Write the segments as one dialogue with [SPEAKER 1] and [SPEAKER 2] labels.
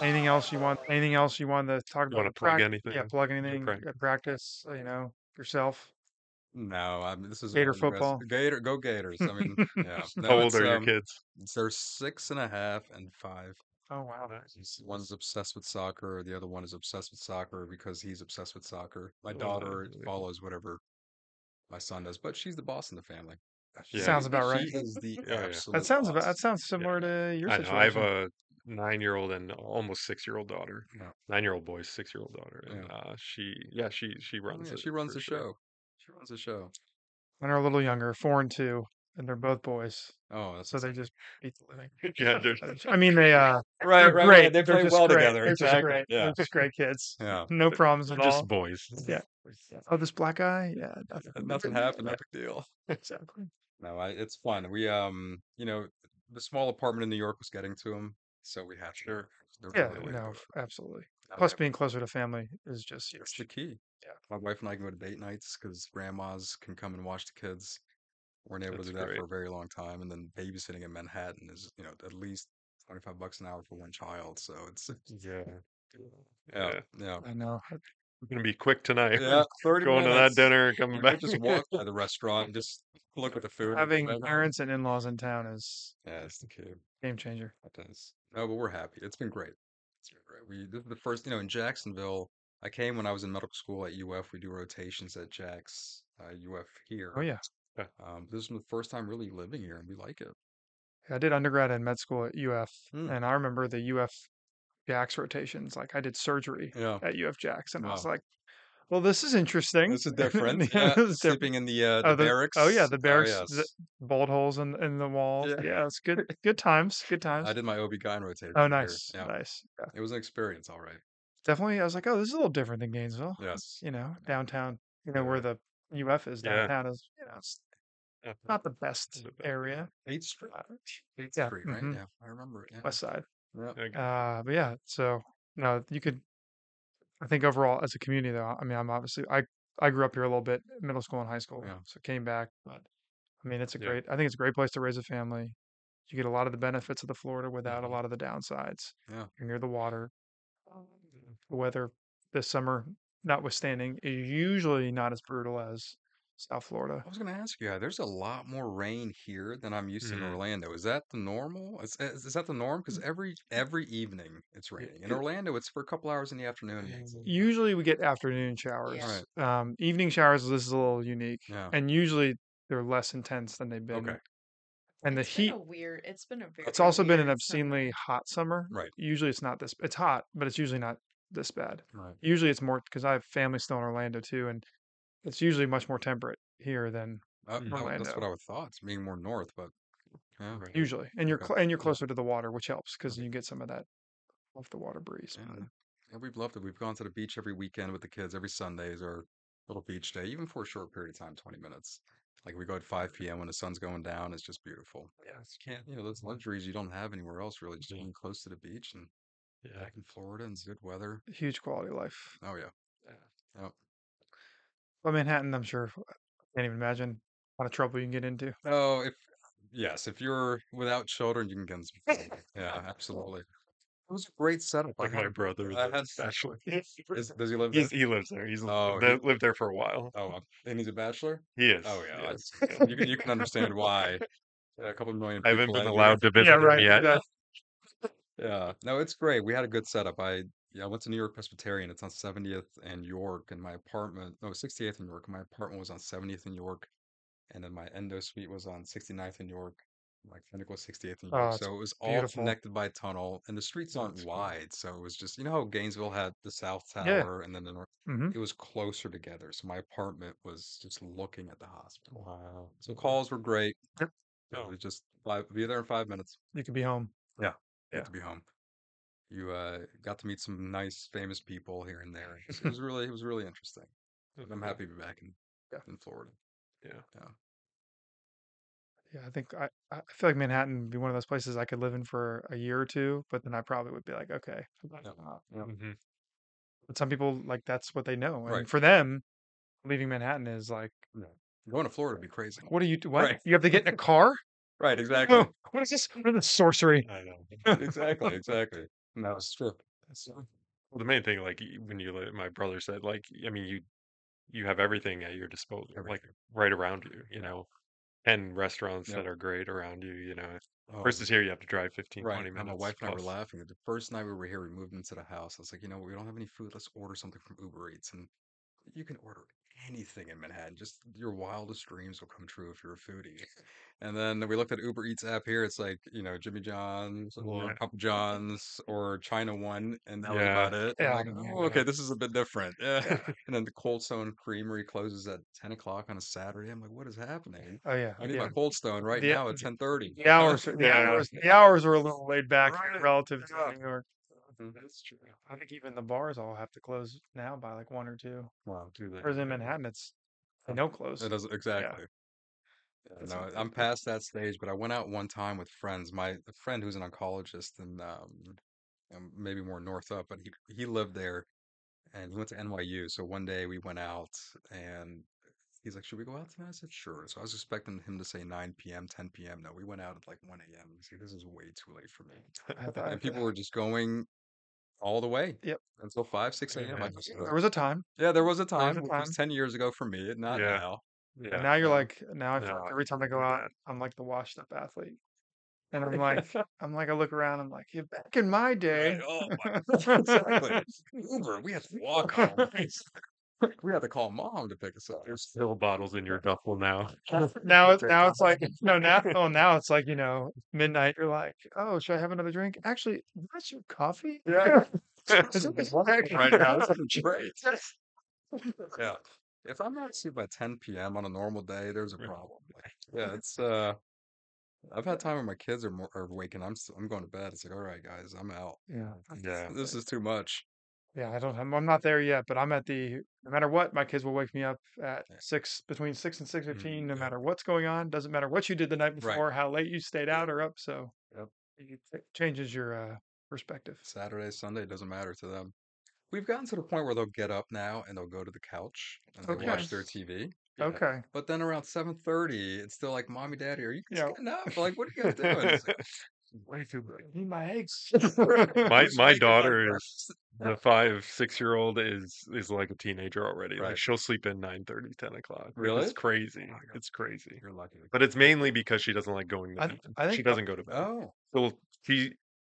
[SPEAKER 1] Anything else you want? Anything else you want to talk
[SPEAKER 2] You
[SPEAKER 1] about?
[SPEAKER 2] want
[SPEAKER 1] in
[SPEAKER 2] to plug
[SPEAKER 1] prac-
[SPEAKER 2] anything?
[SPEAKER 1] Yeah, plug
[SPEAKER 2] in
[SPEAKER 1] anything.
[SPEAKER 2] prac-
[SPEAKER 1] uh, Practice. uh, You know yourself.
[SPEAKER 3] No, I mean, this is
[SPEAKER 1] Gator
[SPEAKER 3] all aggressive.
[SPEAKER 1] football.
[SPEAKER 3] Gator, go Gators. I mean, yeah. No,
[SPEAKER 2] How old
[SPEAKER 3] it's,
[SPEAKER 2] are your
[SPEAKER 3] um,
[SPEAKER 2] kids?
[SPEAKER 3] it's- They're six and a half and five.
[SPEAKER 1] Oh wow, that's
[SPEAKER 3] One's obsessed with soccer. The other one is obsessed with soccer because he's obsessed with soccer. My
[SPEAKER 2] Oh,
[SPEAKER 3] daughter
[SPEAKER 2] really?
[SPEAKER 3] follows whatever my son does, but she's the boss in the family. Uh,
[SPEAKER 2] Yeah.
[SPEAKER 1] Sounds about right.
[SPEAKER 3] She is the
[SPEAKER 2] yeah. That
[SPEAKER 3] absolute
[SPEAKER 1] that sounds about,
[SPEAKER 3] boss.
[SPEAKER 1] that sounds similar to your
[SPEAKER 2] I, know, I have
[SPEAKER 1] situation.
[SPEAKER 2] a nine-year-old and almost six-year-old daughter.
[SPEAKER 3] Yeah.
[SPEAKER 2] Nine-year-old boy, six-year-old daughter, and
[SPEAKER 3] Yeah.
[SPEAKER 2] uh, she, yeah, she she
[SPEAKER 3] Oh,
[SPEAKER 2] runs.
[SPEAKER 3] yeah,
[SPEAKER 2] it
[SPEAKER 3] she runs
[SPEAKER 2] for
[SPEAKER 3] the
[SPEAKER 2] sure.
[SPEAKER 3] show. She runs the show.
[SPEAKER 1] Mine are a little younger, four and two, and they're both boys,
[SPEAKER 3] Oh, that's
[SPEAKER 1] so they just beat the living.
[SPEAKER 2] Yeah, they're-
[SPEAKER 1] I mean, they uh,
[SPEAKER 3] right,
[SPEAKER 1] they're great. They're just great. They're just great.
[SPEAKER 3] Yeah.
[SPEAKER 1] They're just great kids.
[SPEAKER 3] Yeah.
[SPEAKER 1] No problems at
[SPEAKER 2] they're just
[SPEAKER 1] all.
[SPEAKER 2] boys.
[SPEAKER 1] Yeah. Oh, this black guy? Yeah, Uh, nothing,
[SPEAKER 3] Nothing happened. No big deal.
[SPEAKER 1] Exactly.
[SPEAKER 3] No, I, it's fun. We um, you know, the small apartment in New York was getting to him, so we had to.
[SPEAKER 2] Sure.
[SPEAKER 3] there's
[SPEAKER 1] Yeah,
[SPEAKER 3] no way to do
[SPEAKER 1] no,
[SPEAKER 3] it.
[SPEAKER 1] absolutely.
[SPEAKER 3] Now we
[SPEAKER 1] Plus,
[SPEAKER 3] have-
[SPEAKER 1] being closer to family is just
[SPEAKER 3] it's
[SPEAKER 1] huge.
[SPEAKER 3] the key.
[SPEAKER 1] Yeah.
[SPEAKER 3] my wife and I can go to date nights because grandmas can come and watch the kids. Weren't able
[SPEAKER 2] That's
[SPEAKER 3] to do that
[SPEAKER 2] great.
[SPEAKER 3] for a very long time, and then babysitting in Manhattan is you know at least twenty five bucks an hour for one child. So it's
[SPEAKER 2] Yeah.
[SPEAKER 3] yeah, yeah,
[SPEAKER 1] I know.
[SPEAKER 2] I'm gonna be quick tonight.
[SPEAKER 3] yeah. Thirty
[SPEAKER 2] Going to that
[SPEAKER 3] minutes.
[SPEAKER 2] dinner, and
[SPEAKER 3] We
[SPEAKER 2] coming
[SPEAKER 3] might
[SPEAKER 2] back.
[SPEAKER 3] just walk by the restaurant, and just look at the food. and
[SPEAKER 1] Having
[SPEAKER 3] come back.
[SPEAKER 1] parents and in laws in town is
[SPEAKER 3] Yeah, it's the key.
[SPEAKER 1] game changer.
[SPEAKER 3] It does. No, but we're happy. It's been great. It's been great. We this is the first, you know, in Jacksonville. I came when I was in medical school at UF. We do rotations at Jack's uh, UF here.
[SPEAKER 1] Oh yeah,
[SPEAKER 3] Um, this is the first time really living here, and we like it.
[SPEAKER 1] I did undergrad and med school at UF,
[SPEAKER 3] Hmm.
[SPEAKER 1] and I remember the UF Jax rotations. Like I did surgery
[SPEAKER 3] Yeah,
[SPEAKER 1] at UF Jax, and I was
[SPEAKER 3] Wow.
[SPEAKER 1] like, "Well, this is interesting.
[SPEAKER 3] this is different.
[SPEAKER 1] yeah,
[SPEAKER 3] yeah,
[SPEAKER 1] this is different.
[SPEAKER 3] sleeping in the, uh, the
[SPEAKER 1] Oh, the-
[SPEAKER 3] barracks.
[SPEAKER 1] oh, yeah, the
[SPEAKER 3] Oh,
[SPEAKER 1] barracks, the-
[SPEAKER 3] yes.
[SPEAKER 1] Bolt holes in in the wall.
[SPEAKER 3] Yeah.
[SPEAKER 1] Yeah, it's good. Good times. Good times.
[SPEAKER 3] I did my OB/GYN rotation.
[SPEAKER 1] Oh,
[SPEAKER 3] here.
[SPEAKER 1] nice,
[SPEAKER 3] Yeah,
[SPEAKER 1] nice. Yeah.
[SPEAKER 3] it was an experience. All right.
[SPEAKER 1] Definitely. I was like, "Oh, this is a little different than Gainesville."
[SPEAKER 3] Yes.
[SPEAKER 1] you know, downtown, you know, where the UF is
[SPEAKER 2] Yeah.
[SPEAKER 1] downtown is, you know, it's
[SPEAKER 2] Yeah.
[SPEAKER 1] not the best
[SPEAKER 2] The best.
[SPEAKER 1] area,
[SPEAKER 3] Eighth Street. Eighth
[SPEAKER 1] yeah,
[SPEAKER 3] Street, right?
[SPEAKER 1] mhm.
[SPEAKER 3] Yeah, I remember it. Yeah.
[SPEAKER 1] west side.
[SPEAKER 3] Yeah.
[SPEAKER 2] Okay.
[SPEAKER 1] Uh, but yeah, so no, you could, I think overall as a community though, I mean, I'm obviously, I, I grew up here a little bit, middle school and high school,
[SPEAKER 3] Yeah.
[SPEAKER 1] so came back, but I mean, it's a
[SPEAKER 2] Yeah.
[SPEAKER 1] great, I think it's a great place to raise a family. You get a lot of the benefits of the Florida without
[SPEAKER 3] Mhm.
[SPEAKER 1] a lot of the downsides.
[SPEAKER 3] Yeah.
[SPEAKER 1] You're near the water. The weather this summer, notwithstanding, is usually not as brutal as South Florida.
[SPEAKER 3] I was going to ask you, yeah, there's a lot more rain here than I'm used to in
[SPEAKER 1] Mm-hmm.
[SPEAKER 2] Mhm.
[SPEAKER 3] Orlando. Is that the normal? Is, uh, is, is that the norm? Because every every evening it's raining. In
[SPEAKER 1] Mm. it- Mm.
[SPEAKER 3] Orlando, it's for a couple hours in the afternoon. maybe.
[SPEAKER 1] Usually we get afternoon showers.
[SPEAKER 3] Yes.
[SPEAKER 1] Um, evening showers, this is a little unique.
[SPEAKER 3] Yeah.
[SPEAKER 1] And usually they're less intense than they've been.
[SPEAKER 3] Uh-huh. Okay.
[SPEAKER 1] And the
[SPEAKER 4] It's been
[SPEAKER 1] heat,
[SPEAKER 4] a weird. It's been a very.
[SPEAKER 1] it's also been an
[SPEAKER 4] weird summer.
[SPEAKER 1] obscenely hot summer.
[SPEAKER 3] Right.
[SPEAKER 1] Usually it's not this, it's hot, but it's usually not this bad.
[SPEAKER 3] Right.
[SPEAKER 1] Usually it's more, because I have family still in Orlando too, and it's usually much more temperate here than
[SPEAKER 3] Uh,
[SPEAKER 2] Mm.
[SPEAKER 3] I would- that's what
[SPEAKER 1] Orlando.
[SPEAKER 3] I would thought. It's being more north, but yeah.
[SPEAKER 2] Right.
[SPEAKER 1] usually. And you're,
[SPEAKER 3] Okay.
[SPEAKER 1] cl- and you're
[SPEAKER 3] Yeah.
[SPEAKER 1] closer to the water, which helps because
[SPEAKER 3] Okay.
[SPEAKER 1] you get some of that off the water breeze.
[SPEAKER 3] Yeah, no. yeah, we've loved it. We've gone to the beach every weekend with the kids. Every Sunday is our little beach day, even for a short period of time, 20 minutes. Like we go at 5 p.m. when the sun's going down. It's just beautiful. Mm-hmm.
[SPEAKER 2] Yeah, it's-
[SPEAKER 3] You can't, you know, those luxuries you don't have anywhere else, really. Just
[SPEAKER 2] Yeah.
[SPEAKER 3] being close to the beach and
[SPEAKER 2] yeah.
[SPEAKER 3] back in Florida and it's good weather.
[SPEAKER 1] Huge quality of life.
[SPEAKER 3] Oh, yeah.
[SPEAKER 1] But Manhattan, I'm sure, can't even imagine what a lot of trouble you can get into.
[SPEAKER 3] Oh, if yes, if you're without children, you can get in some trouble. Yeah, absolutely. It was a great setup. I
[SPEAKER 2] Like my
[SPEAKER 3] had,
[SPEAKER 2] brother,
[SPEAKER 3] I had
[SPEAKER 2] that's actually.
[SPEAKER 3] is, does he live?
[SPEAKER 2] He's,
[SPEAKER 3] There?
[SPEAKER 2] he lives there. He's
[SPEAKER 3] Oh,
[SPEAKER 2] li-
[SPEAKER 3] he-
[SPEAKER 2] lived there for a while.
[SPEAKER 3] Oh, uh, and he's a bachelor.
[SPEAKER 2] He is.
[SPEAKER 3] Oh yeah,
[SPEAKER 2] yes.
[SPEAKER 3] I- yeah, you can you can understand why. Yeah, a couple million.
[SPEAKER 2] I haven't
[SPEAKER 3] people
[SPEAKER 2] been
[SPEAKER 3] out here.
[SPEAKER 2] allowed to visit him yet.
[SPEAKER 1] exactly.
[SPEAKER 3] Yeah, no, it's great. We had a good setup. I yeah, I went to New York Presbyterian. It's on 70th and York, and my apartment, no, 68th and York. My apartment was on 70th and York, and then my endo suite was on 69th and York, my clinical 68th and
[SPEAKER 1] Oh,
[SPEAKER 3] York.
[SPEAKER 1] it's
[SPEAKER 3] so it was all
[SPEAKER 1] beautiful. Oh,
[SPEAKER 3] connected by tunnel, and the streets aren't wide, so it was just you know how Gainesville had the South
[SPEAKER 1] Yeah.
[SPEAKER 3] Tower and then the North.
[SPEAKER 1] Mhm.
[SPEAKER 3] It was closer together, so my apartment was just looking at the hospital. Wow. So calls were great.
[SPEAKER 1] Yep.
[SPEAKER 3] It
[SPEAKER 2] Oh.
[SPEAKER 3] was just five, be there in five minutes
[SPEAKER 1] You could be home.
[SPEAKER 3] good
[SPEAKER 2] Yeah.
[SPEAKER 3] to be home. You uh, got to meet some nice, famous people here and there. It was- It was really, it was really interesting. And I'm happy to be back in
[SPEAKER 1] Yeah.
[SPEAKER 3] in Florida.
[SPEAKER 1] Yeah, I think I, I feel like Manhattan would be one of those places I could live in for a year or two, but then I probably would be like, okay,
[SPEAKER 3] Yeah.
[SPEAKER 2] Mhm.
[SPEAKER 1] But some people like that's what they know, and
[SPEAKER 3] Right.
[SPEAKER 1] for them, leaving Manhattan is like,
[SPEAKER 3] Going to Florida would be crazy.
[SPEAKER 1] what are you? do- What
[SPEAKER 3] Right.
[SPEAKER 1] you have to get in a car?
[SPEAKER 3] Right, exactly.
[SPEAKER 1] Oh, what is this? What is this sorcery?
[SPEAKER 2] I know.
[SPEAKER 3] exactly, exactly. And that was true. So,
[SPEAKER 2] Well, the main thing, like y- when you, li- my brother said, like I mean, you you have everything at your disposal, like
[SPEAKER 3] Everything.
[SPEAKER 2] right around you. You know, ten restaurants
[SPEAKER 3] Yep.
[SPEAKER 2] that are great around you. You know,
[SPEAKER 3] oh,
[SPEAKER 2] versus here you have to drive 15,
[SPEAKER 3] right.
[SPEAKER 2] 20
[SPEAKER 3] Now
[SPEAKER 2] minutes.
[SPEAKER 3] my wife and I were
[SPEAKER 2] plus.
[SPEAKER 3] laughing. The first night we were here, we moved into the house. I was like, you know what? We don't have any food. Let's order something from Uber Eats. And you can order anything in Manhattan. Just your wildest dreams will come true if you're a foodie. And then we looked at Uber Eats app here. It's like, you know, Jimmy John's or
[SPEAKER 2] Yeah.
[SPEAKER 3] Papa John's or China One. And that was
[SPEAKER 2] Yeah.
[SPEAKER 3] about it. I'm
[SPEAKER 1] Yeah,
[SPEAKER 3] like,
[SPEAKER 1] no,
[SPEAKER 3] "Oh,
[SPEAKER 1] yeah.
[SPEAKER 3] okay, this is a bit different. Yeah. And then the Cold Stone Creamery closes at 10 o'clock on a Saturday. I'm like, what is happening?
[SPEAKER 1] Oh yeah,
[SPEAKER 3] I need
[SPEAKER 1] yeah.
[SPEAKER 3] my Cold Stone right
[SPEAKER 1] The-
[SPEAKER 3] now at 10:30.
[SPEAKER 1] The hours, the
[SPEAKER 2] Yeah.
[SPEAKER 1] hours, the hours are a little laid back
[SPEAKER 3] Right.
[SPEAKER 1] relative to
[SPEAKER 3] Yeah.
[SPEAKER 1] New York.
[SPEAKER 3] Mhm.
[SPEAKER 2] That's true.
[SPEAKER 1] Mm-hmm, I think even the bars all have to close now by like one or two.
[SPEAKER 3] Wow,
[SPEAKER 2] Do that.
[SPEAKER 1] Whereas in Manhattan, it's they no close.
[SPEAKER 3] it doesn't exactly. Yeah,
[SPEAKER 1] That's
[SPEAKER 3] no,
[SPEAKER 1] not
[SPEAKER 3] I'm
[SPEAKER 1] good.
[SPEAKER 3] past that stage, but I went out one time with friends. My a friend who's an oncologist and um, um, maybe more north up, but he he lived there and he went to NYU. So one day we went out and he's like, "Should we go out tonight?" I said, "Sure." So I was expecting him to say 9 p.m., 10 p.m. No, we went out at like 1 a.m. I said, this is way too late for me.
[SPEAKER 1] I thought-
[SPEAKER 3] And people were just going all the way.
[SPEAKER 1] Yep.
[SPEAKER 3] Until 5, 6 a.m.
[SPEAKER 2] Yeah.
[SPEAKER 3] I just,
[SPEAKER 1] there was a time,
[SPEAKER 3] yeah, there was a
[SPEAKER 1] was
[SPEAKER 3] time,
[SPEAKER 1] a
[SPEAKER 3] which
[SPEAKER 1] time.
[SPEAKER 3] was 10 years ago for me, not
[SPEAKER 2] Yeah.
[SPEAKER 3] now.
[SPEAKER 2] Yeah.
[SPEAKER 1] and now you're
[SPEAKER 3] yeah.
[SPEAKER 1] like, now I feel
[SPEAKER 2] No,
[SPEAKER 1] like
[SPEAKER 2] I
[SPEAKER 1] every time I go
[SPEAKER 2] get
[SPEAKER 1] out, I'm like the washed up athlete, and I'm like, I'm like, I look around, I'm like, yeah, back in my day,
[SPEAKER 3] Right, Oh my, exactly. Uber, we had to walk home. We had to call mom to pick us up.
[SPEAKER 2] There's still bottles in your duffel now.
[SPEAKER 1] now it's now it's like no now oh now it's like you know midnight you're like oh should I have another drink actually that's your coffee
[SPEAKER 2] Yeah.
[SPEAKER 1] Is it- is-
[SPEAKER 3] right now. This is great. Yeah. If I'm not asleep by 10 p.m. on a normal day, there's a
[SPEAKER 2] Yeah.
[SPEAKER 3] problem. Like, yeah, it's uh, I've had time when my kids are more are awake and I'm s- I'm going to bed. It's like, all right, guys, I'm out.
[SPEAKER 1] yeah
[SPEAKER 2] Yeah.
[SPEAKER 3] This is too much.
[SPEAKER 1] yeah I don't I'm, I'm not there yet but I'm at the no matter what my kids will wake me up at
[SPEAKER 3] Yeah.
[SPEAKER 1] six between six and six
[SPEAKER 2] Mm,
[SPEAKER 1] fifteen no
[SPEAKER 3] yeah.
[SPEAKER 1] matter what's going on doesn't matter what you did the night before how late you stayed out or up so
[SPEAKER 3] Yep.
[SPEAKER 1] it changes your uh, perspective
[SPEAKER 3] Saturday, Sunday doesn't matter to them. We've gotten to the point where they'll get up now and they'll go to the couch and they watch their
[SPEAKER 1] Okay.
[SPEAKER 3] TV.
[SPEAKER 2] Yeah.
[SPEAKER 1] okay
[SPEAKER 3] But then around 7:30, it's still like, "Mommy, Daddy, are you guys
[SPEAKER 1] Yeah.
[SPEAKER 3] getting up? Like, what are you guys doing?" It's like,
[SPEAKER 2] Way too big.
[SPEAKER 1] need my eggs
[SPEAKER 2] My
[SPEAKER 3] "Just
[SPEAKER 2] my
[SPEAKER 3] making my
[SPEAKER 2] daughter is
[SPEAKER 3] breakfast."
[SPEAKER 2] the five six year old is is like a teenager already. Like
[SPEAKER 3] Right.
[SPEAKER 2] she'll sleep in 9 10 o'clock. Like,
[SPEAKER 3] Really?
[SPEAKER 2] It's crazy.
[SPEAKER 3] Oh my God.
[SPEAKER 2] It's crazy.
[SPEAKER 3] You're lucky.
[SPEAKER 2] But it's mainly because she doesn't like going. To
[SPEAKER 1] I-
[SPEAKER 2] bed.
[SPEAKER 1] I
[SPEAKER 2] she
[SPEAKER 1] think-
[SPEAKER 2] doesn't go to bed.
[SPEAKER 3] Oh,
[SPEAKER 2] So she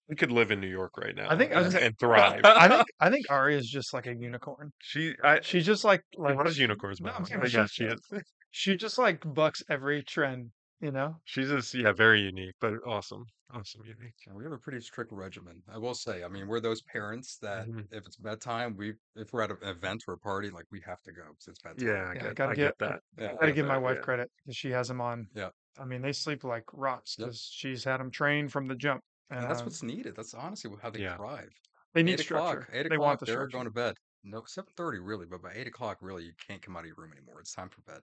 [SPEAKER 2] she could live in New York right now.
[SPEAKER 1] think- I was
[SPEAKER 2] and,
[SPEAKER 1] gonna-
[SPEAKER 2] and thrive.
[SPEAKER 1] I think I think Ari is just like a unicorn
[SPEAKER 2] she I she
[SPEAKER 1] she's just like like
[SPEAKER 2] loves unicorns.
[SPEAKER 1] No,
[SPEAKER 2] by
[SPEAKER 1] I'm
[SPEAKER 2] the way.
[SPEAKER 1] saying
[SPEAKER 2] But
[SPEAKER 1] she-
[SPEAKER 2] yeah, she is.
[SPEAKER 1] she just like bucks every trend, you know?
[SPEAKER 2] She's just yeah, very unique, but awesome, awesome unique.
[SPEAKER 3] yeah, we have a pretty strict regimen. I will say. I mean, we're those parents that
[SPEAKER 2] Mhm.
[SPEAKER 1] Mm-hmm.
[SPEAKER 3] if it's bedtime, we if we're at an event or a party, like we have to go because it's bedtime.
[SPEAKER 2] Yeah, I
[SPEAKER 1] Yeah,
[SPEAKER 2] get,
[SPEAKER 1] gotta
[SPEAKER 2] I
[SPEAKER 1] get-
[SPEAKER 2] get that.
[SPEAKER 3] Yeah,
[SPEAKER 1] I gotta
[SPEAKER 2] Yeah,
[SPEAKER 1] give my
[SPEAKER 2] that-
[SPEAKER 1] wife
[SPEAKER 2] yeah.
[SPEAKER 1] credit because she has them on.
[SPEAKER 3] Yeah.
[SPEAKER 1] I mean, they sleep like rocks
[SPEAKER 3] Yep.
[SPEAKER 1] because she's had them trained from the jump. And,
[SPEAKER 3] and that's
[SPEAKER 1] uh,
[SPEAKER 3] what's needed. That's honestly how they
[SPEAKER 2] Yeah.
[SPEAKER 3] thrive.
[SPEAKER 1] they need
[SPEAKER 3] Eight o'clock.
[SPEAKER 1] structure.
[SPEAKER 3] Eight
[SPEAKER 1] they want
[SPEAKER 3] o'clock.
[SPEAKER 1] the
[SPEAKER 3] They're
[SPEAKER 1] structure.
[SPEAKER 3] going to bed. No, seven thirty really, but by eight o'clock, really, you can't come out of your room anymore. It's time for bed.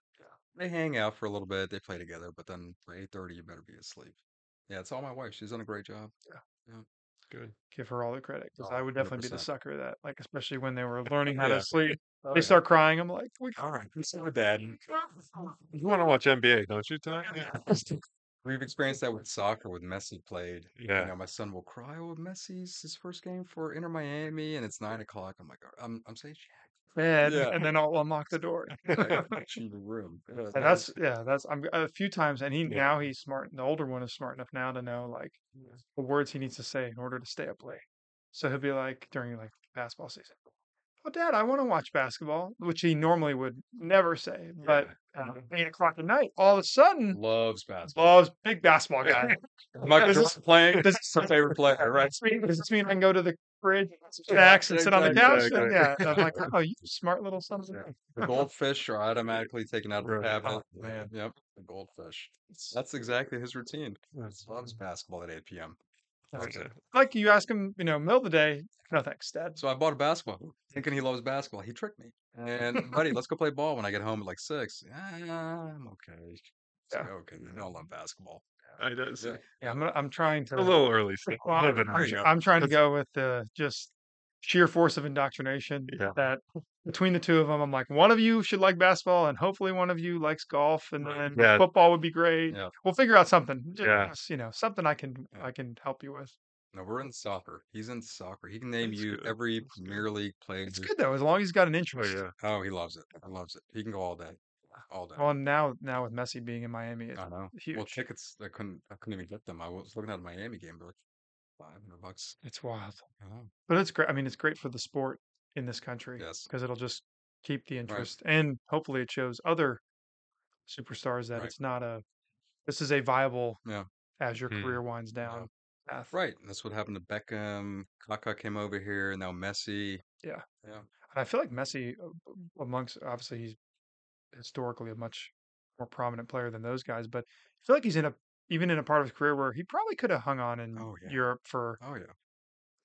[SPEAKER 3] They hang out for a little bit. They play together, but then by eight thirty, you better be asleep. Yeah, it's all my wife. She's done a great job.
[SPEAKER 2] Good.
[SPEAKER 1] Give her all the credit because
[SPEAKER 3] Oh,
[SPEAKER 1] I would definitely be the
[SPEAKER 3] 100%.
[SPEAKER 1] sucker of that, like, especially when they were learning how
[SPEAKER 3] Yeah.
[SPEAKER 1] to sleep.
[SPEAKER 3] Oh,
[SPEAKER 1] they
[SPEAKER 3] yeah.
[SPEAKER 1] start crying. I'm like, we
[SPEAKER 3] All right, peace out, Dad.
[SPEAKER 2] You want to watch NBA, don't you tonight?
[SPEAKER 3] We've experienced that with soccer with Messi played.
[SPEAKER 2] Yeah.
[SPEAKER 3] You know, my son will cry. Oh, Messi's his first game for Inter Miami, and it's nine o'clock. I'm like, "All right," I'm I'm saying,
[SPEAKER 1] bed,
[SPEAKER 3] Yeah.
[SPEAKER 1] and then I'll unlock the door.
[SPEAKER 3] "Jack, like, she in the room. Yeah,
[SPEAKER 1] And
[SPEAKER 3] that
[SPEAKER 1] that's
[SPEAKER 3] was-
[SPEAKER 1] yeah, that's I'm a few times, and he
[SPEAKER 2] Yeah.
[SPEAKER 1] now he's smart. The older one is smart enough now to know like the words he needs to say in order to stay up late. So he'll be like during like basketball season, "Oh, Dad, I want to watch basketball," which he normally would never say. But uh,
[SPEAKER 3] Mm-hmm.
[SPEAKER 1] eight o'clock at night, all of a sudden,
[SPEAKER 3] loves basketball.
[SPEAKER 1] loves big basketball guy.
[SPEAKER 3] Michael
[SPEAKER 1] Does this-
[SPEAKER 3] Jordan playing.
[SPEAKER 1] does-
[SPEAKER 3] This is her favorite player, right?
[SPEAKER 1] Does this mean- does this mean I can go to the fridge, and get some snacks, and sit on the couch?
[SPEAKER 2] Exactly.
[SPEAKER 1] Yeah, And I'm like, oh, you smart little son of a.
[SPEAKER 3] Yeah. The goldfish are automatically taken out of the
[SPEAKER 2] Right.
[SPEAKER 3] cabinet.
[SPEAKER 1] Oh, man.
[SPEAKER 3] Yep, the goldfish. That's exactly his routine. Loves basketball at 8 p.m. Loves
[SPEAKER 2] Okay.
[SPEAKER 3] it.
[SPEAKER 1] Like you ask him, you know, middle of the day. No thanks, Dad.
[SPEAKER 3] So I bought a basketball, thinking he loves basketball. He tricked me. And buddy, let's go play ball when I get home at like six. "Ah, I'm okay. It's
[SPEAKER 1] Yeah.
[SPEAKER 3] like, okay, you don't love basketball.
[SPEAKER 2] I know. it's
[SPEAKER 3] Yeah.
[SPEAKER 1] Yeah, I'm, gonna- I'm trying to.
[SPEAKER 2] A little early. Still.
[SPEAKER 1] Well, I'm,
[SPEAKER 2] Living
[SPEAKER 1] I'm
[SPEAKER 2] right
[SPEAKER 1] tr-
[SPEAKER 2] now.
[SPEAKER 1] I'm trying to
[SPEAKER 2] That's-
[SPEAKER 1] go with the just sheer force of indoctrination
[SPEAKER 2] Yeah.
[SPEAKER 1] that between the two of them, I'm like, one of you should like basketball, and hopefully one of you likes golf, and
[SPEAKER 3] Right.
[SPEAKER 1] then
[SPEAKER 2] Mm, Yeah.
[SPEAKER 1] football would be great.
[SPEAKER 3] Yeah.
[SPEAKER 1] We'll figure out something. Just,
[SPEAKER 2] Yeah.
[SPEAKER 1] you know, something I can
[SPEAKER 3] Yeah.
[SPEAKER 1] I can help you with.
[SPEAKER 3] No, we're in soccer. He's in soccer. He can name
[SPEAKER 2] That's
[SPEAKER 3] you
[SPEAKER 2] good.
[SPEAKER 3] every
[SPEAKER 2] That's good.
[SPEAKER 3] Premier League player.
[SPEAKER 1] It's good though, as long as he's got an
[SPEAKER 2] Mm-hmm. Oh
[SPEAKER 1] interest.
[SPEAKER 2] yeah.
[SPEAKER 3] Oh, he loves it. He loves it. He can go all day, all day.
[SPEAKER 1] Well, now now with Messi being in Miami,
[SPEAKER 2] Uh.
[SPEAKER 1] it's
[SPEAKER 3] I know.
[SPEAKER 1] huge.
[SPEAKER 3] Well, tickets I couldn't. I couldn't even get them. I was looking at a Miami game, but like five hundred bucks.
[SPEAKER 1] it's wild,
[SPEAKER 3] I know.
[SPEAKER 1] but it's great. I mean, it's great for the sport in this country
[SPEAKER 3] Yes.
[SPEAKER 1] because it'll just keep the interest, and hopefully, it shows other superstars that
[SPEAKER 3] Right.
[SPEAKER 1] it's not a this is a viable
[SPEAKER 3] Yeah.
[SPEAKER 1] as your
[SPEAKER 2] Hmm.
[SPEAKER 1] career winds down path.
[SPEAKER 3] Right. and That's what happened to Beckham. Kaka came over here. Now Messi.
[SPEAKER 1] And I feel like Messi, uh, amongst obviously he's historically a much more prominent player than those guys, but I feel like he's in a even in a part of his career where he probably could have hung on in
[SPEAKER 3] Oh, yeah.
[SPEAKER 1] Europe for
[SPEAKER 3] Oh yeah.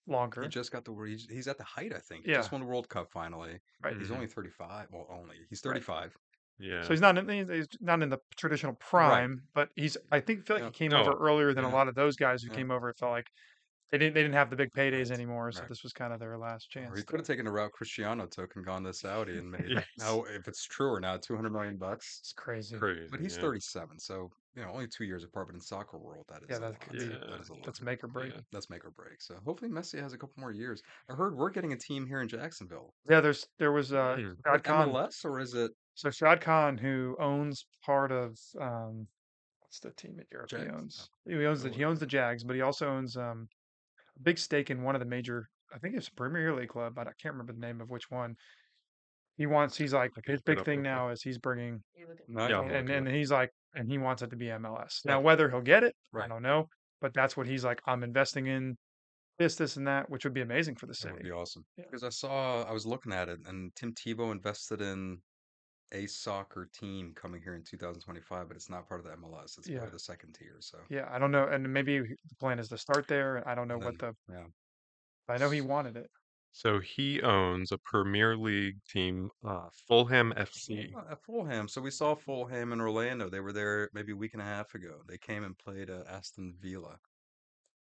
[SPEAKER 1] longer.
[SPEAKER 3] He just got the. wor- He's, he's at the height. I think. He
[SPEAKER 1] Yeah.
[SPEAKER 3] just won the World Cup finally.
[SPEAKER 1] Right.
[SPEAKER 3] He's
[SPEAKER 2] Mhm.
[SPEAKER 3] only thirty five. Well, only he's
[SPEAKER 1] Right.
[SPEAKER 3] thirty five.
[SPEAKER 2] Yeah.
[SPEAKER 1] so he's not in, he's he's not in the traditional prime, but he's I think feel like
[SPEAKER 3] Yeah.
[SPEAKER 1] he came
[SPEAKER 2] No,
[SPEAKER 1] over earlier than a
[SPEAKER 3] yeah.
[SPEAKER 1] lot of those guys who
[SPEAKER 3] Yeah.
[SPEAKER 1] came over. It felt like they didn't they didn't have the big paydays
[SPEAKER 3] Right.
[SPEAKER 1] anymore, so
[SPEAKER 3] Right.
[SPEAKER 1] this was kind of their last chance.
[SPEAKER 3] Or he
[SPEAKER 1] to-
[SPEAKER 3] could have taken a route Cristiano took and gone to Saudi and made
[SPEAKER 2] Yes.
[SPEAKER 3] now if it's true or not, two hundred million bucks.
[SPEAKER 1] it's crazy.
[SPEAKER 2] crazy.
[SPEAKER 3] But he's
[SPEAKER 2] yeah.
[SPEAKER 3] thirty seven, so you know only two years apart. But in soccer world, that is
[SPEAKER 1] Yeah,
[SPEAKER 3] a
[SPEAKER 1] that
[SPEAKER 3] lot.
[SPEAKER 1] could uh,
[SPEAKER 2] be-
[SPEAKER 3] that is a lot.
[SPEAKER 1] That's uh make or break.
[SPEAKER 2] Yeah.
[SPEAKER 3] That's make or break. So hopefully Messi has a couple more years. I heard we're getting a team here in Jacksonville.
[SPEAKER 1] Yeah, there's there was uh,
[SPEAKER 2] Hmm.
[SPEAKER 1] Shad
[SPEAKER 3] Like
[SPEAKER 1] Khan.
[SPEAKER 3] MLS or is it
[SPEAKER 1] So Shad Khan, who owns part of um, what's the team in Europe? He
[SPEAKER 3] Jags?
[SPEAKER 1] owns he owns
[SPEAKER 3] Oh,
[SPEAKER 1] the,
[SPEAKER 3] what
[SPEAKER 1] he owns the Jags, but he also owns um, a big stake in one of the major. I think it's a Premier League club, but I can't remember the name of which one. He wants. He's like
[SPEAKER 2] I can
[SPEAKER 1] his
[SPEAKER 2] look it
[SPEAKER 1] big
[SPEAKER 2] up
[SPEAKER 1] thing
[SPEAKER 2] real quick.
[SPEAKER 1] now is he's bringing
[SPEAKER 3] No, I
[SPEAKER 2] Yeah.
[SPEAKER 3] don't know.
[SPEAKER 1] and and he's like and he wants it to be MLS. Now
[SPEAKER 3] Right.
[SPEAKER 1] whether he'll get it, I
[SPEAKER 3] Right.
[SPEAKER 1] don't know. But that's what he's like. I'm investing in this, this, and that, which would be amazing for the
[SPEAKER 3] that would
[SPEAKER 1] city.
[SPEAKER 3] be awesome.
[SPEAKER 1] Yeah.
[SPEAKER 3] Because I saw I was looking at it and Tim Tebow invested in a soccer team coming here in 2025, but it's not part of the MLS. It's
[SPEAKER 1] Yeah.
[SPEAKER 3] part of the second tier. So
[SPEAKER 1] Yeah, I don't know. And maybe the plan is to start there. and I don't know
[SPEAKER 3] And
[SPEAKER 1] what the.
[SPEAKER 3] yeah.
[SPEAKER 1] I know he wanted it.
[SPEAKER 2] So he owns a Premier League team, uh, Fulham FC.
[SPEAKER 3] Uh, At Fulham. So we saw Fulham in Orlando. They were there maybe a week and a half ago. They came and played uh, Aston Villa.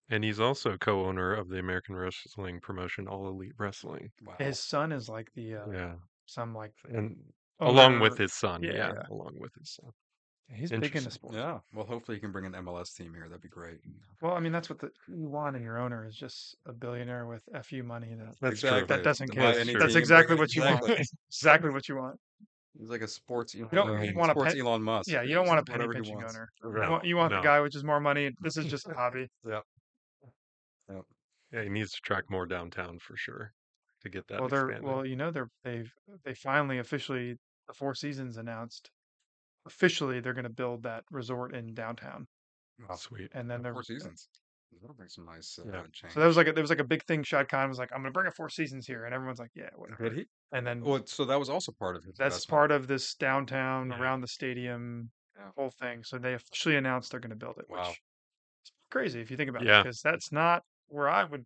[SPEAKER 2] And he's also co owner of the American Wrestling promotion, All Elite Wrestling.
[SPEAKER 3] Wow.
[SPEAKER 1] His son is like the uh,
[SPEAKER 2] Yeah.
[SPEAKER 1] some like
[SPEAKER 2] And
[SPEAKER 1] Oh,
[SPEAKER 2] along with
[SPEAKER 1] owner-
[SPEAKER 2] his son.
[SPEAKER 1] Yeah,
[SPEAKER 2] Yeah.
[SPEAKER 1] yeah.
[SPEAKER 2] Along with his son.
[SPEAKER 1] He's big into
[SPEAKER 2] Interesting.
[SPEAKER 1] sports.
[SPEAKER 3] Yeah. Well, hopefully he can bring an MLS team here. That'd be great.
[SPEAKER 1] Well, I mean, that's what the you want in your owner is just a billionaire with fu money. That
[SPEAKER 2] That's true.
[SPEAKER 3] exactly.
[SPEAKER 1] that doesn't
[SPEAKER 3] Buy
[SPEAKER 1] care.
[SPEAKER 3] any
[SPEAKER 1] That's
[SPEAKER 3] team, bring
[SPEAKER 1] exactly
[SPEAKER 3] it-
[SPEAKER 1] what you want.
[SPEAKER 3] exactly.
[SPEAKER 1] exactly what you want.
[SPEAKER 3] He's like a sports Elon,
[SPEAKER 1] don't-
[SPEAKER 3] uh,
[SPEAKER 1] you want a
[SPEAKER 3] sports
[SPEAKER 1] pen-
[SPEAKER 3] Elon Musk.
[SPEAKER 1] Yeah, you
[SPEAKER 3] He's
[SPEAKER 1] don't want a
[SPEAKER 3] just
[SPEAKER 1] penny
[SPEAKER 3] whatever he
[SPEAKER 1] pinching
[SPEAKER 3] wants.
[SPEAKER 1] owner. you
[SPEAKER 2] No,
[SPEAKER 1] want, you want
[SPEAKER 2] no.
[SPEAKER 1] the guy with just more money. This is just a hobby.
[SPEAKER 2] Yeah, he needs to track more downtown for sure to get that
[SPEAKER 1] well, they're
[SPEAKER 2] expanded.
[SPEAKER 1] well, you know, they're they've they finally officially the Four Seasons announced officially they're going to build that resort in downtown,
[SPEAKER 3] Wow.
[SPEAKER 2] Sweet.
[SPEAKER 1] and then they're
[SPEAKER 3] Four seasons. That'll bring some nice uh,
[SPEAKER 2] Yeah.
[SPEAKER 3] change.
[SPEAKER 1] So that was like a, there was like a big thing. Shad Khan was like, "I'm going to bring a Four Seasons here," and everyone's like, "Yeah, whatever."
[SPEAKER 3] Did he?
[SPEAKER 1] And then
[SPEAKER 3] Well, so that was also part of his.
[SPEAKER 1] that's
[SPEAKER 3] investment.
[SPEAKER 1] part of this downtown
[SPEAKER 2] Yeah.
[SPEAKER 1] around the stadium
[SPEAKER 3] Yeah.
[SPEAKER 1] whole thing. So they officially announced they're going to build it,
[SPEAKER 3] Wow.
[SPEAKER 1] which is crazy if you think about
[SPEAKER 2] Yeah.
[SPEAKER 1] it, because that's not where I would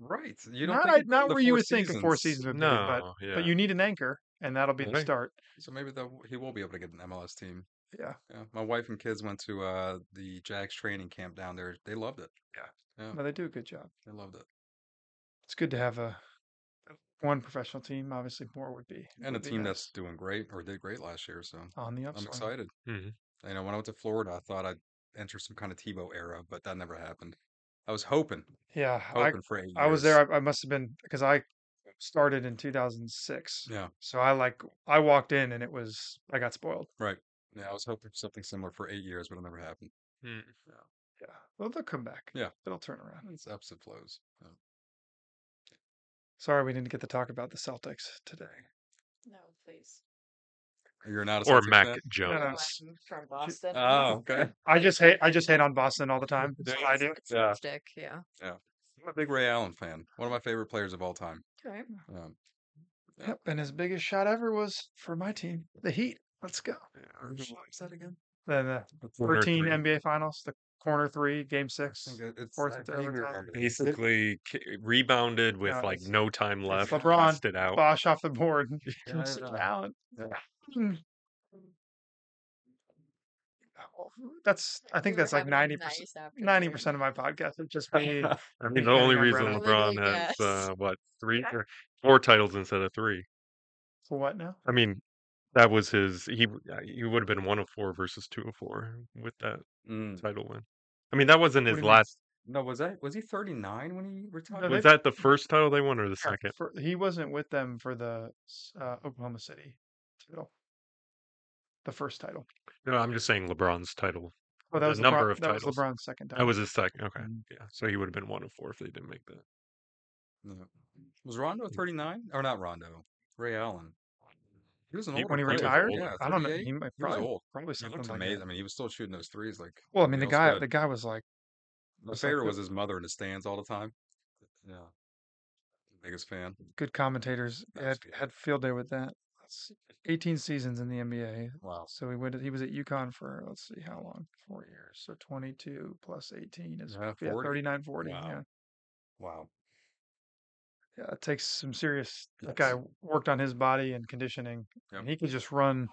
[SPEAKER 3] Right. You don't
[SPEAKER 1] not
[SPEAKER 3] think
[SPEAKER 1] I,
[SPEAKER 3] of
[SPEAKER 1] not
[SPEAKER 3] the
[SPEAKER 1] where you
[SPEAKER 3] Four
[SPEAKER 1] would think of Four Seasons would
[SPEAKER 2] No,
[SPEAKER 1] be, but
[SPEAKER 2] yeah.
[SPEAKER 1] but you need an anchor, and that'll be the
[SPEAKER 2] Right.
[SPEAKER 1] start.
[SPEAKER 3] So maybe that w- he will be able to get an MLS team.
[SPEAKER 1] Yeah.
[SPEAKER 3] Yeah. My wife and kids went to uh, the Jags training camp down there. They loved it. Yeah.
[SPEAKER 1] No, they do a good job.
[SPEAKER 3] They loved it.
[SPEAKER 1] It's good to have a one professional team. Obviously, more would be
[SPEAKER 3] And a
[SPEAKER 1] would be
[SPEAKER 3] team
[SPEAKER 1] nice
[SPEAKER 3] that's doing great or did great last year. So
[SPEAKER 1] on the
[SPEAKER 3] I'm
[SPEAKER 1] upswing.
[SPEAKER 3] excited.
[SPEAKER 2] Mhm.
[SPEAKER 1] Mm-hmm.
[SPEAKER 3] You know, when I went to Florida, I thought I'd enter some kind of Tebow era, but that never happened. I was hoping,
[SPEAKER 1] Yeah, I,
[SPEAKER 3] hoping for eight
[SPEAKER 1] I was
[SPEAKER 3] years.
[SPEAKER 1] there. I, I must have been because I started in 2006.
[SPEAKER 3] Yeah,
[SPEAKER 1] So I like I walked in and it was I got spoiled.
[SPEAKER 3] yeah. I was hoping for something similar for eight years, but it never happened.
[SPEAKER 2] Mm.
[SPEAKER 1] Yeah. Well, they'll come back.
[SPEAKER 3] Yeah.
[SPEAKER 1] It'll turn around.
[SPEAKER 3] It's ups and flows. Yeah.
[SPEAKER 1] Sorry, we didn't get to talk about the Celtics today.
[SPEAKER 4] No, please.
[SPEAKER 3] You're not a
[SPEAKER 2] Or
[SPEAKER 3] Celtics
[SPEAKER 2] Mac
[SPEAKER 3] fan?
[SPEAKER 1] No,
[SPEAKER 2] Jones.
[SPEAKER 1] no.
[SPEAKER 4] Well, I'm From Boston.
[SPEAKER 3] Oh, okay.
[SPEAKER 1] I just hate I just hate on Boston all the time. That's what I do.
[SPEAKER 4] It's
[SPEAKER 3] Yeah.
[SPEAKER 4] a Stick, yeah.
[SPEAKER 3] I'm a big Ray Allen fan. One of my favorite players of all time. um,
[SPEAKER 4] Right.
[SPEAKER 3] Yeah.
[SPEAKER 1] Yep. And his biggest shot ever was for my team, the Heat. Let's go.
[SPEAKER 3] What's that again?
[SPEAKER 1] Then the
[SPEAKER 2] Corner
[SPEAKER 1] 13
[SPEAKER 2] three.
[SPEAKER 1] NBA Finals, the corner three, game
[SPEAKER 3] I
[SPEAKER 1] six.
[SPEAKER 3] think it- it's
[SPEAKER 1] Fourth
[SPEAKER 3] I
[SPEAKER 1] to
[SPEAKER 3] vaguely
[SPEAKER 1] overtime.
[SPEAKER 3] remember that.
[SPEAKER 2] Basically ki- rebounded with
[SPEAKER 1] No,
[SPEAKER 2] like
[SPEAKER 1] it's-
[SPEAKER 2] no time left.
[SPEAKER 1] LeBron.
[SPEAKER 2] passed it out.
[SPEAKER 1] Bosh off the board.
[SPEAKER 3] Yeah,
[SPEAKER 1] Such mm.
[SPEAKER 3] yeah.
[SPEAKER 1] talent.
[SPEAKER 3] Yeah.
[SPEAKER 1] Mm.
[SPEAKER 4] awful.
[SPEAKER 1] That's I think that's like ninety percent. Ninety percent of my podcast is just me.
[SPEAKER 2] I
[SPEAKER 1] Yeah,
[SPEAKER 2] mean, the only
[SPEAKER 1] yeah,
[SPEAKER 2] reason
[SPEAKER 1] Brenna.
[SPEAKER 2] LeBron
[SPEAKER 4] Literally,
[SPEAKER 2] has
[SPEAKER 4] yes.
[SPEAKER 2] uh, what three or four titles instead of three.
[SPEAKER 1] For what now?
[SPEAKER 2] I mean, that was his. He uh, he would have been one of four versus two of four with that
[SPEAKER 3] Mm.
[SPEAKER 2] title win. I mean, that wasn't
[SPEAKER 1] What
[SPEAKER 2] his
[SPEAKER 1] do you mean? Oh,
[SPEAKER 2] last.
[SPEAKER 3] No, was that was he 39 when he retired?
[SPEAKER 1] No,
[SPEAKER 2] Was
[SPEAKER 1] they-
[SPEAKER 2] that the first title they won or the
[SPEAKER 1] Yeah,
[SPEAKER 2] second?
[SPEAKER 1] For, he wasn't with them for the s- uh, Oklahoma City title, the first title.
[SPEAKER 2] No, I'm just saying LeBron's title.
[SPEAKER 1] Oh, that
[SPEAKER 2] The
[SPEAKER 1] was
[SPEAKER 2] number
[SPEAKER 1] LeBron,
[SPEAKER 2] of
[SPEAKER 1] that
[SPEAKER 2] titles.
[SPEAKER 1] was LeBron's second title.
[SPEAKER 2] That was his second. Okay,
[SPEAKER 1] Mhm.
[SPEAKER 2] yeah. So he would have been one of four if they didn't make that.
[SPEAKER 3] No. Was Rondo 39 or not Rondo? Ray Allen. He was an
[SPEAKER 2] He-
[SPEAKER 3] older
[SPEAKER 1] when he
[SPEAKER 3] player.
[SPEAKER 1] retired.
[SPEAKER 3] Yeah,
[SPEAKER 1] I don't know.
[SPEAKER 3] 38.
[SPEAKER 1] He might
[SPEAKER 3] He was
[SPEAKER 1] probably,
[SPEAKER 3] old.
[SPEAKER 1] probably
[SPEAKER 3] He
[SPEAKER 1] something
[SPEAKER 3] looked
[SPEAKER 1] like
[SPEAKER 3] amazing.
[SPEAKER 1] that.
[SPEAKER 3] I mean, he was still shooting those threes like
[SPEAKER 1] Well, I mean, the
[SPEAKER 3] everybody
[SPEAKER 1] guy,
[SPEAKER 3] else
[SPEAKER 1] the
[SPEAKER 3] could.
[SPEAKER 1] guy was like,
[SPEAKER 3] The
[SPEAKER 1] was like
[SPEAKER 3] favorite
[SPEAKER 1] the-
[SPEAKER 3] was his mother in the stands all the time. Yeah, biggest fan.
[SPEAKER 1] good commentators
[SPEAKER 3] That was
[SPEAKER 1] had
[SPEAKER 3] good.
[SPEAKER 1] had field day with that. Let's see, Eighteen seasons in the NBA.
[SPEAKER 3] Wow.
[SPEAKER 1] So he went. He was at UConn for let's see how long? Four years. So twenty-two plus eighteen is
[SPEAKER 3] Yeah,
[SPEAKER 1] yeah,
[SPEAKER 3] 40.
[SPEAKER 1] 39, 40.
[SPEAKER 3] Wow.
[SPEAKER 1] Yeah.
[SPEAKER 3] Wow.
[SPEAKER 1] Yeah, it takes some serious. That
[SPEAKER 3] Yes.
[SPEAKER 1] guy worked on his body and conditioning,
[SPEAKER 3] Yep.
[SPEAKER 1] and he could just run.